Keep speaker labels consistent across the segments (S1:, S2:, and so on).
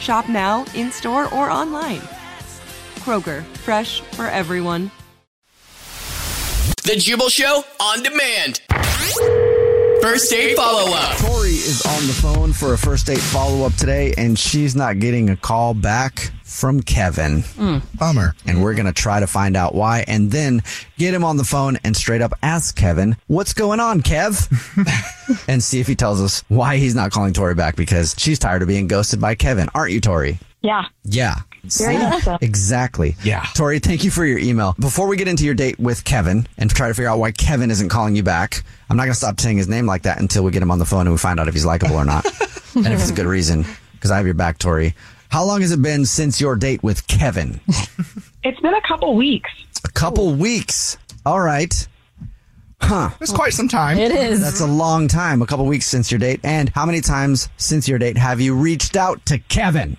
S1: Shop now, in store, or online. Kroger, fresh for everyone.
S2: The Jubal Show on demand. First date follow up.
S3: Tori is on the phone for a first date follow up today, and she's not getting a call back from Kevin. Bummer. And we're going to try to find out why and then get him on the phone and straight up ask Kevin, What's going on, Kev? and see if he tells us why he's not calling Tori back because she's tired of being ghosted by Kevin. Aren't you, Tori?
S4: Yeah.
S3: Yeah.
S4: Very
S3: See?
S4: much so.
S3: Exactly. Yeah. Tori, thank you for your email. Before we get into your date with Kevin and try to figure out why Kevin isn't calling you back, I'm not going to stop saying his name like that until we get him on the phone and we find out if he's likable or not and if it's a good reason because I have your back, Tori. How long has it been since your date with Kevin?
S4: It's been a couple weeks.
S3: A couple weeks. All right. Huh.
S5: It's quite some time.
S6: It is.
S3: That's a long time, a couple weeks since your date. And how many times since your date have you reached out to Kevin?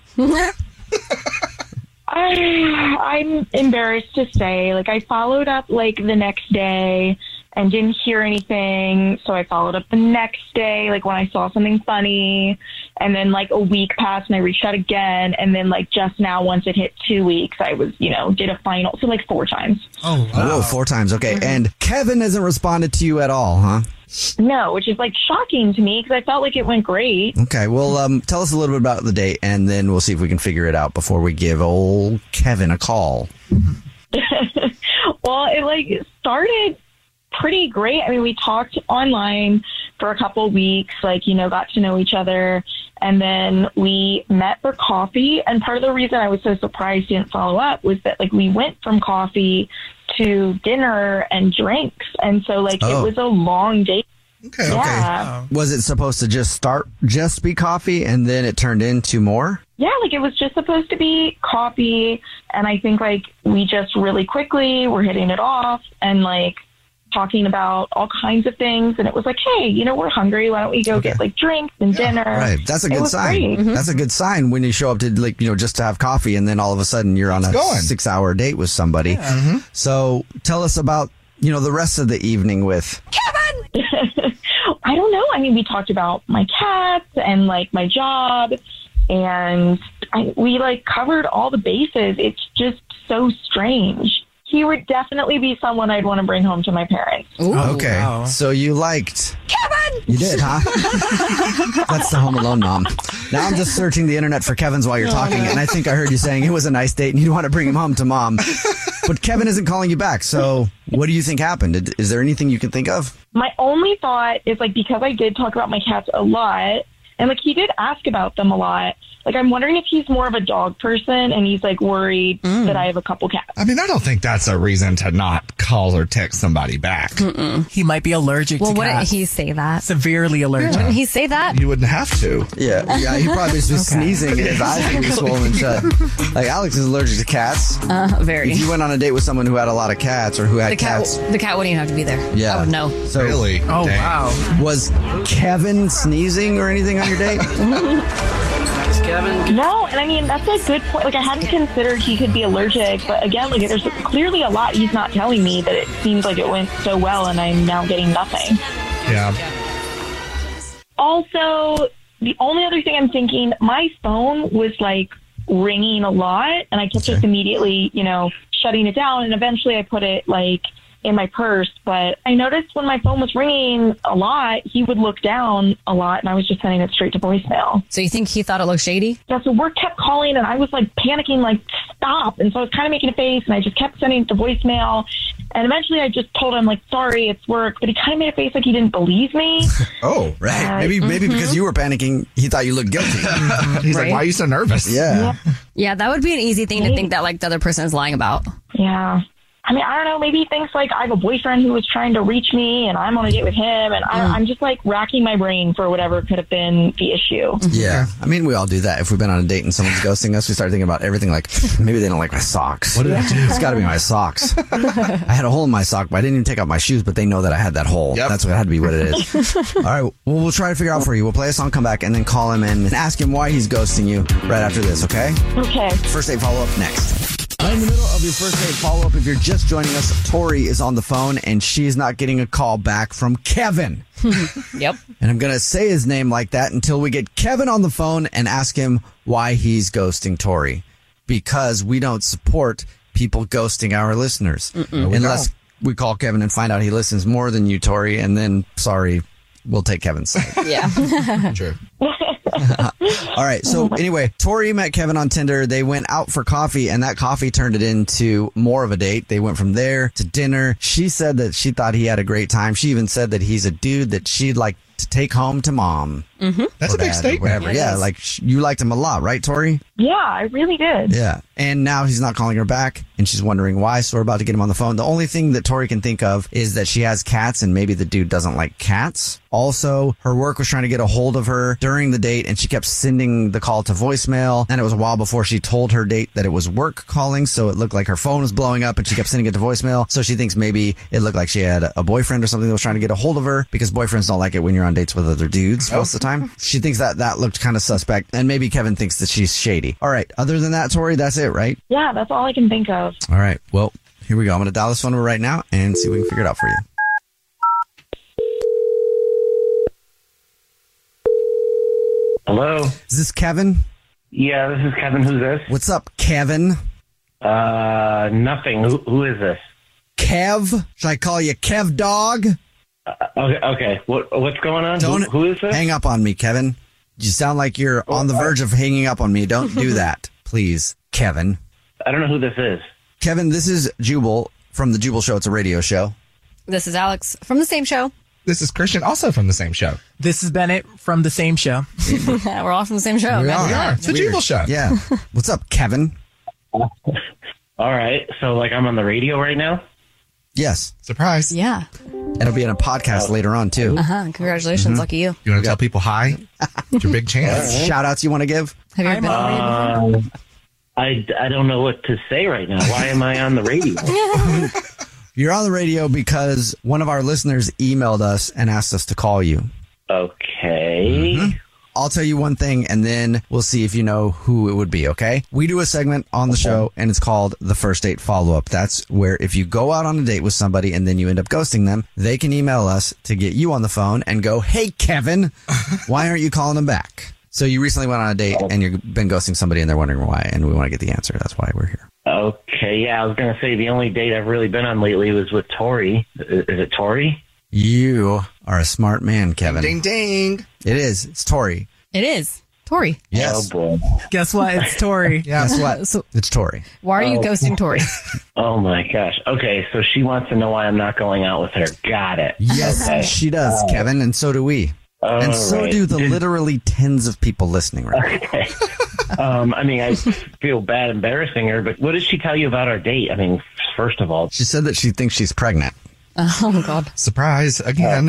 S4: I, I'm embarrassed to say, like, I followed up, like, the next day and didn't hear anything. So I followed up the next day, like, when I saw something funny. And then, like, a week passed and I reached out again. And then, like, just now, once it hit two weeks, I was, you know, did a final. So, like, four times.
S5: Oh,
S3: Whoa, four times. Okay. And Kevin hasn't responded to you at all, huh?
S4: No, which is, like, shocking to me because I felt like it went great.
S3: Okay. Well, um, tell us a little bit about the date and then we'll see if we can figure it out before we give old Kevin a call.
S4: Well, it like started pretty great. I mean, we talked online for a couple weeks, like, you know, got to know each other. And then we met for coffee. And part of the reason I was so surprised he didn't follow up was that, like, we went from coffee to dinner and drinks. And so, like,
S3: Oh.
S4: it was a long date.
S5: okay.
S4: Yeah.
S3: Was it supposed to just start, just be coffee and then it turned into more?
S4: Yeah, like it was just supposed to be coffee. And I think like we just really quickly were hitting it off and like talking about all kinds of things. And it was like, hey, you know, we're hungry. Why don't we go get like drinks and dinner?
S3: Right. That's a
S4: It
S3: good
S4: was Mm-hmm.
S3: sign. Mm-hmm.
S4: great.
S3: That's a good sign when you show up to like, you know, just to have coffee and then all of a sudden you're on a
S5: going.
S3: six hour date with somebody. So tell us about, you know, the rest of the evening with.
S4: I don't know. I mean, we talked about my cats and like my job, and I, we like covered all the bases. It's just so strange. He would definitely be someone I'd want to bring home to my parents.
S3: okay.
S5: Oh, wow.
S3: So you liked Kevin. You did, huh? That's the Home Alone mom. Now I'm just searching the internet for Kevin's
S5: Oh,
S3: while you're talking, and I think I heard you saying it was a nice date and you'd want to bring him home to mom. But Kevin isn't calling you back. So what do you think happened? Did- Is there anything you can think of?
S4: my only thought is like because I did talk about my cats a lot and like he did ask about them a lot. Like I'm wondering if he's more of a dog person and he's like worried that I have a couple cats.
S5: I mean, I don't think that's a reason to not call or text somebody back.
S7: He might be allergic
S6: Well,
S7: to
S6: wouldn't
S7: cats.
S6: he say that?
S7: Severely allergic.
S6: Wouldn't he say that?
S5: You wouldn't have to.
S3: Yeah, yeah. He probably was just sneezing and his eyes would be swollen shut. Like Alex is allergic to cats.
S6: Uh,
S8: Mm-hmm.
S6: very.
S3: If you went on a date with someone who had a lot of cats or who had
S6: The cat,
S3: cats,
S6: the cat wouldn't even have to be there.
S3: yeah.
S6: I
S9: Oh,
S6: would know.
S3: So
S5: Really?
S7: Oh,
S5: Dang.
S7: wow.
S3: was Kevin sneezing or anything on your date?
S6: Kevin?
S4: No, and I mean that's a good point. Like I hadn't considered he could be allergic, but again, like there's clearly a lot he's not telling me that it seems like it went so well, and I'm now getting nothing.
S5: Yeah.
S4: Also, the only other thing I'm thinking, my phone was like ringing a lot, and I kept just immediately, you know, shutting it down, and eventually I put it like in my purse. But I noticed when my phone was ringing a lot, he would look down a lot, and I was just sending it straight to voicemail.
S9: So you think he thought it looked shady?
S4: Yeah, so work kept calling, and I was like panicking, like stop. And so I was kind of making a face, and I just kept sending it to voicemail. And eventually, I just told him like, sorry, it's work. But he kind of made a face like he didn't believe me.
S3: Oh, right.
S4: Uh,
S3: maybe maybe
S4: mhm.
S3: because you were panicking, he thought you looked guilty.
S5: He's like, why are you so nervous?
S3: Yeah.
S9: Yeah, that would be an easy thing
S8: Mm-hmm.
S9: to think that like the other person is lying about.
S4: Yeah. I mean, I don't know. Maybe he thinks like I have a boyfriend who was trying to reach me, and I'm on a date with him, and
S9: Mm.
S4: I, I'm just like racking my brain for whatever could have been the issue.
S9: Mm-hmm.
S3: Yeah. I mean, we all do that. If we've been on a date and someone's ghosting us, we start thinking about everything like, maybe they don't like my socks. What did I do? It's got to be my socks. I had a hole in my sock, but I didn't even take out my shoes, but they know that I had that hole. That's what had to be what it is. all right. Well, we'll try to figure out for you. We'll play a song, come back, and then call him in and ask him why he's ghosting you right after this, okay?
S4: Okay.
S3: First date follow up next. Right in the middle of your first date follow up, if you're just joining us, Tori is on the phone and she is not getting a call back from Kevin.
S9: Yep.
S3: And I'm going to say his name like that until we get Kevin on the phone and ask him why he's ghosting Tori. Because we don't support people ghosting our listeners.
S5: we
S3: Unless
S5: don't.
S3: we call Kevin and find out he listens more than you, Tori. And then, sorry, we'll take Kevin's side.
S9: Yeah.
S5: True.
S3: All right. So anyway, Tori met Kevin on Tinder. They went out for coffee and that coffee turned it into more of a date. They went from there to dinner. She said that she thought he had a great time. She even said that he's a dude that she'd like to take home to mom. Mm-hmm.
S5: That's a big statement.
S3: Whatever.
S5: Yeah, it
S3: Yeah.
S5: is.
S3: Like sh- you liked him a lot, right, Tori?
S4: Yeah, I really did.
S3: Yeah. And now he's not calling her back and she's wondering why. So we're about to get him on the phone. The only thing that Tori can think of is that she has cats and maybe the dude doesn't like cats. Also, her work was trying to get a hold of her during the date and she kept sending the call to voicemail. And it was a while before she told her date that it was work calling. So it looked like her phone was blowing up and she kept sending it to voicemail. So she thinks maybe it looked like she had a boyfriend or something that was trying to get a hold of her because boyfriends don't like it when you're on dates with other dudes most of the time. She thinks that that looked kind of suspect. And maybe Kevin thinks that she's shady. All right. Other than that, Tori, that's it, right?
S4: Yeah, that's all I can think of.
S3: All right. Well, here we go. I'm going to dial this phone number right now and see if we can figure it out for you.
S8: Hello.
S3: Is this Kevin?
S8: Yeah, this is Kevin. Who's this?
S3: What's up, Kevin?
S8: Uh, nothing. Who, who is this?
S3: Kev? Should I call you Kev Dog?
S8: Okay, okay. What what's going on?
S3: Don't
S8: Who, who is this? Oh, uh,
S3: hang up on me, Kevin. You sound like you're on the verge of hanging up on me. Don't do that, please, Kevin.
S8: I don't know who this is.
S3: Kevin, this is Jubal from the Jubal Show. It's a radio show.
S9: This is Alex from the same show.
S5: This is Christian, also from the same show.
S7: This is Bennett from the same show.
S9: Uh, We're all from the same
S1: Oh,
S9: show. Imagine that.
S5: It's the Jubal Show.
S3: Yeah. What's up, Kevin?
S8: All right. So like I'm on the radio right now.
S3: Yes.
S5: Surprise.
S9: Yeah.
S3: It'll be in a
S8: Oh.
S3: podcast later on, too.
S9: Uh huh. Congratulations.
S8: Mm-hmm.
S9: Lucky you.
S5: You want to tell people hi? It's your big chance.
S3: Shout outs you want to give?
S9: Have you ever been on radio before?
S10: Uh,
S8: Um, I I don't know what to say right now. Why am I on the radio?
S3: You're on the radio because one of our listeners emailed us and asked us to call you.
S7: Mm-hmm.
S8: Okay.
S3: I'll tell you one thing and then we'll see if you know who it would be, okay? We do a segment on the show and it's called the first date follow up. That's where if you go out on a date with somebody and then you end up ghosting them, they can email us to get you on the phone and go, Hey, Kevin, why aren't you calling them back? So you recently went on a date and you've been ghosting somebody and they're wondering why and we want to get the answer. That's why we're here.
S8: Okay. Yeah, I was gonna say the only date I've really been on lately was with Tori. I- Is it Tori?
S3: You are a smart man, Kevin.
S5: Ding ding.
S3: It is. It's Tori.
S9: It is. Tori.
S3: Yes.
S8: Oh boy.
S7: Guess what? It's Tori.
S3: Guess what? it's Tori.
S9: Why are you ghosting Tori?
S8: Oh my gosh. Okay. So she wants to know why I'm not going out with her. Got it.
S3: Yes,
S8: Okay.
S3: she does, Kevin, and so do we. and so
S8: Alright.
S3: do the literally tens of people listening right now.
S8: Okay. um, I mean, I feel bad embarrassing her, but what did she tell you about our date? I mean, first of all,
S3: She said that she thinks she's pregnant.
S9: oh, God.
S5: Surprise again.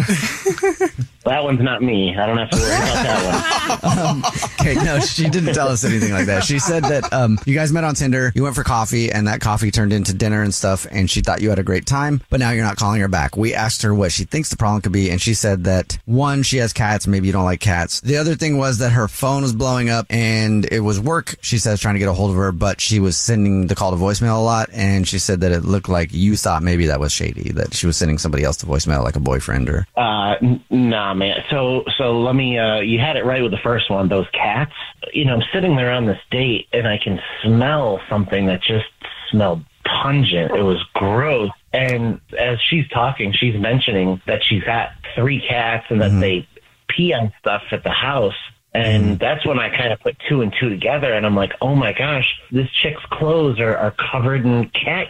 S8: That one's not me. I don't have to worry about that one.
S3: Okay, no, she didn't tell us anything like that. She said that um, you guys met on Tinder, you went for coffee, and that coffee turned into dinner and stuff, and she thought you had a great time, but now you're not calling her back. We asked her what she thinks the problem could be, and she said that one, she has cats, maybe you don't like cats. The other thing was that her phone was blowing up and it was work, she says, trying to get a hold of her, but she was sending the call to voicemail a lot, and she said that it looked like you thought maybe that was shady, that she was sending somebody else to voicemail, like a boyfriend or.
S8: Uh, n- nah, man. So, so let me. Uh, you had it right with the first one. Those cats. You know, I'm sitting there on this date, and I can smell something that just smelled pungent. It was gross. And as she's talking, she's mentioning that she's got three cats and that they pee on stuff at the house. And that's when I kind of put two and two together, and I'm like, oh my gosh, this chick's clothes are, are covered in cat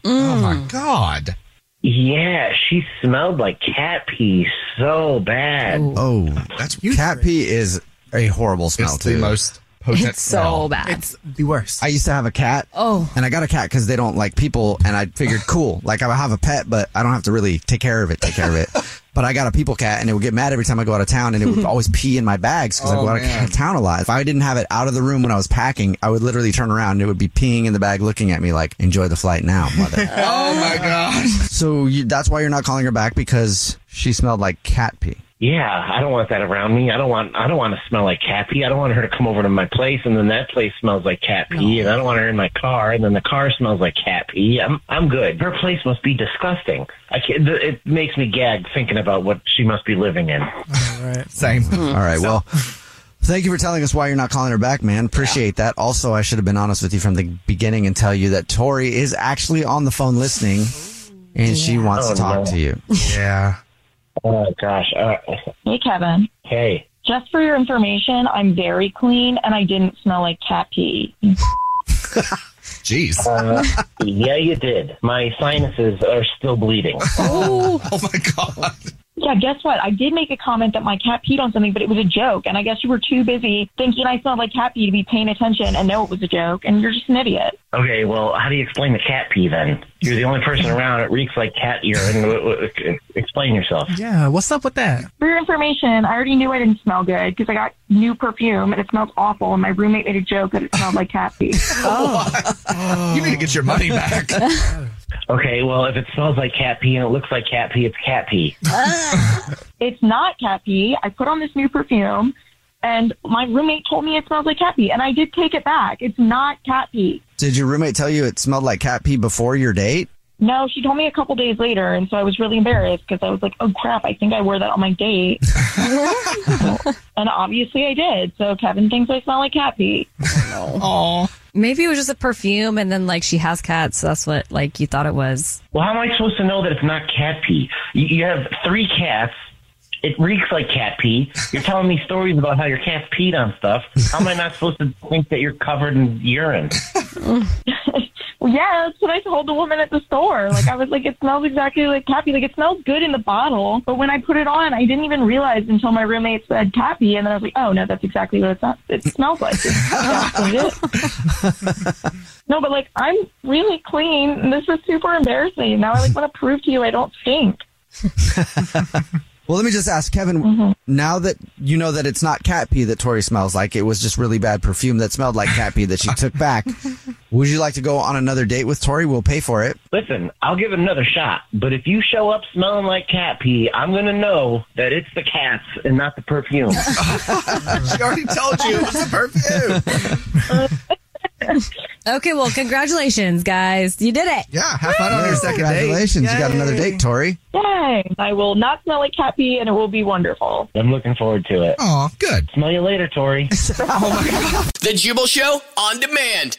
S5: Oh my God.
S8: Yeah, she smelled like cat pee so bad.
S3: Oh,
S5: That's
S3: cat pee is a horrible smell,
S5: It's
S3: too.
S5: the most potent
S9: It's so
S5: smell.
S9: bad.
S7: It's the worst.
S3: I used to have a cat.
S9: Oh.
S3: And I got a cat because they don't like people. And I figured, cool, like I have a pet, but I don't have to really take care of it, take care of it. But I got a people cat and it would get mad every time I go out of town and it would always pee in my bags because I go
S5: Oh,
S3: out
S5: man.
S3: of town a lot. If I didn't have it out of the room when I was packing, I would literally turn around and it would be peeing in the bag looking at me like, enjoy the flight now, mother.
S5: Oh my God.
S3: so you, that's why you're not calling her back because she smelled like cat pee.
S8: Yeah, I don't want that around me. I don't want I don't want to smell like cat pee. I don't want her to come over to my place and then that place smells like cat pee and I don't want her in my car and then the car smells like cat pee. I'm I'm good. Her place must be disgusting. I can't, th- it makes me gag thinking about what she must be living in.
S5: Same.
S3: All right. Well, thank you for telling us why you're not calling her back, man. Appreciate that. Also, I should have been honest with you from the beginning and tell you that Tori is actually on the phone listening and she wants
S8: Oh,
S3: to talk
S8: no.
S3: to you.
S5: Yeah.
S8: Oh gosh. Uh,
S4: Hey, Kevin.
S8: hey.
S4: Just for your information, I'm very clean and I didn't smell like cat pee.
S5: Jeez.
S8: Uh, yeah, you did. My sinuses are still bleeding.
S5: Oh my God.
S4: Yeah, guess what? I did make a comment that my cat peed on something, but it was a joke. And I guess you were too busy thinking I smelled like cat pee to be paying attention and know it was a joke. And you're just an idiot.
S8: Okay, well, how do you explain the cat pee then? You're the only person around. It reeks like cat uh, urine. W- w- Explain yourself.
S7: yeah, what's up with that?
S4: For your information, I already knew I didn't smell good because I got new perfume and it smelled awful. And my roommate made a joke that it smelled like cat pee.
S5: You need to get your money back.
S8: Okay, well, if it smells like cat pee and it looks like cat pee, it's cat pee.
S4: it's not cat pee. I put on this new perfume and my roommate told me it smells like cat pee. And I did take it back. It's not cat pee.
S3: Did your roommate tell you it smelled like cat pee before your date?
S4: No, she told me a couple days later, and so I was really embarrassed because I was like, "Oh crap! I think I wore that on my date," and obviously I did. So Kevin thinks I smell like cat pee.
S5: Oh.
S9: Maybe it was just a perfume, and then like she has cats, so that's what like you thought it was.
S8: Well, how am I supposed to know that it's not cat pee? You, you have three cats. It reeks like cat pee. You're telling me stories about how your cats peed on stuff. How am I not supposed to think that you're covered in urine?
S4: Well, yeah, that's what I told the woman at the store. Like I was like, "It smells exactly like cat pee. Like it smells good in the bottle, but when I put it on, I didn't even realize until my roommate said cat pee, and then I was like, "Oh no, that's exactly what it, smells. it smells like." It's- that's what it is. no, but like I'm really clean, and this is super embarrassing. Now I like want to prove to you I don't stink.
S3: Well, let me just ask Kevin,
S8: Mm-hmm.
S3: now that you know that it's not cat pee that Tori smells like, it was just really bad perfume that smelled like cat pee that she took back. Would you like to go on another date with Tori? We'll pay for it.
S8: Listen, I'll give it another shot. But if you show up smelling like cat pee, I'm going to know that it's the cats and not the perfume.
S5: She already told you it was a perfume.
S9: Okay, well, congratulations, guys, you did it.
S5: Yeah. Have fun on your second date.
S3: Congratulations. You got another date, Tori.
S4: Yay! I will not smell like cat pee, and it will be wonderful.
S8: I'm looking forward to it.
S5: Oh, good.
S8: Smell you later, Tori.
S2: The Jubal Show on demand.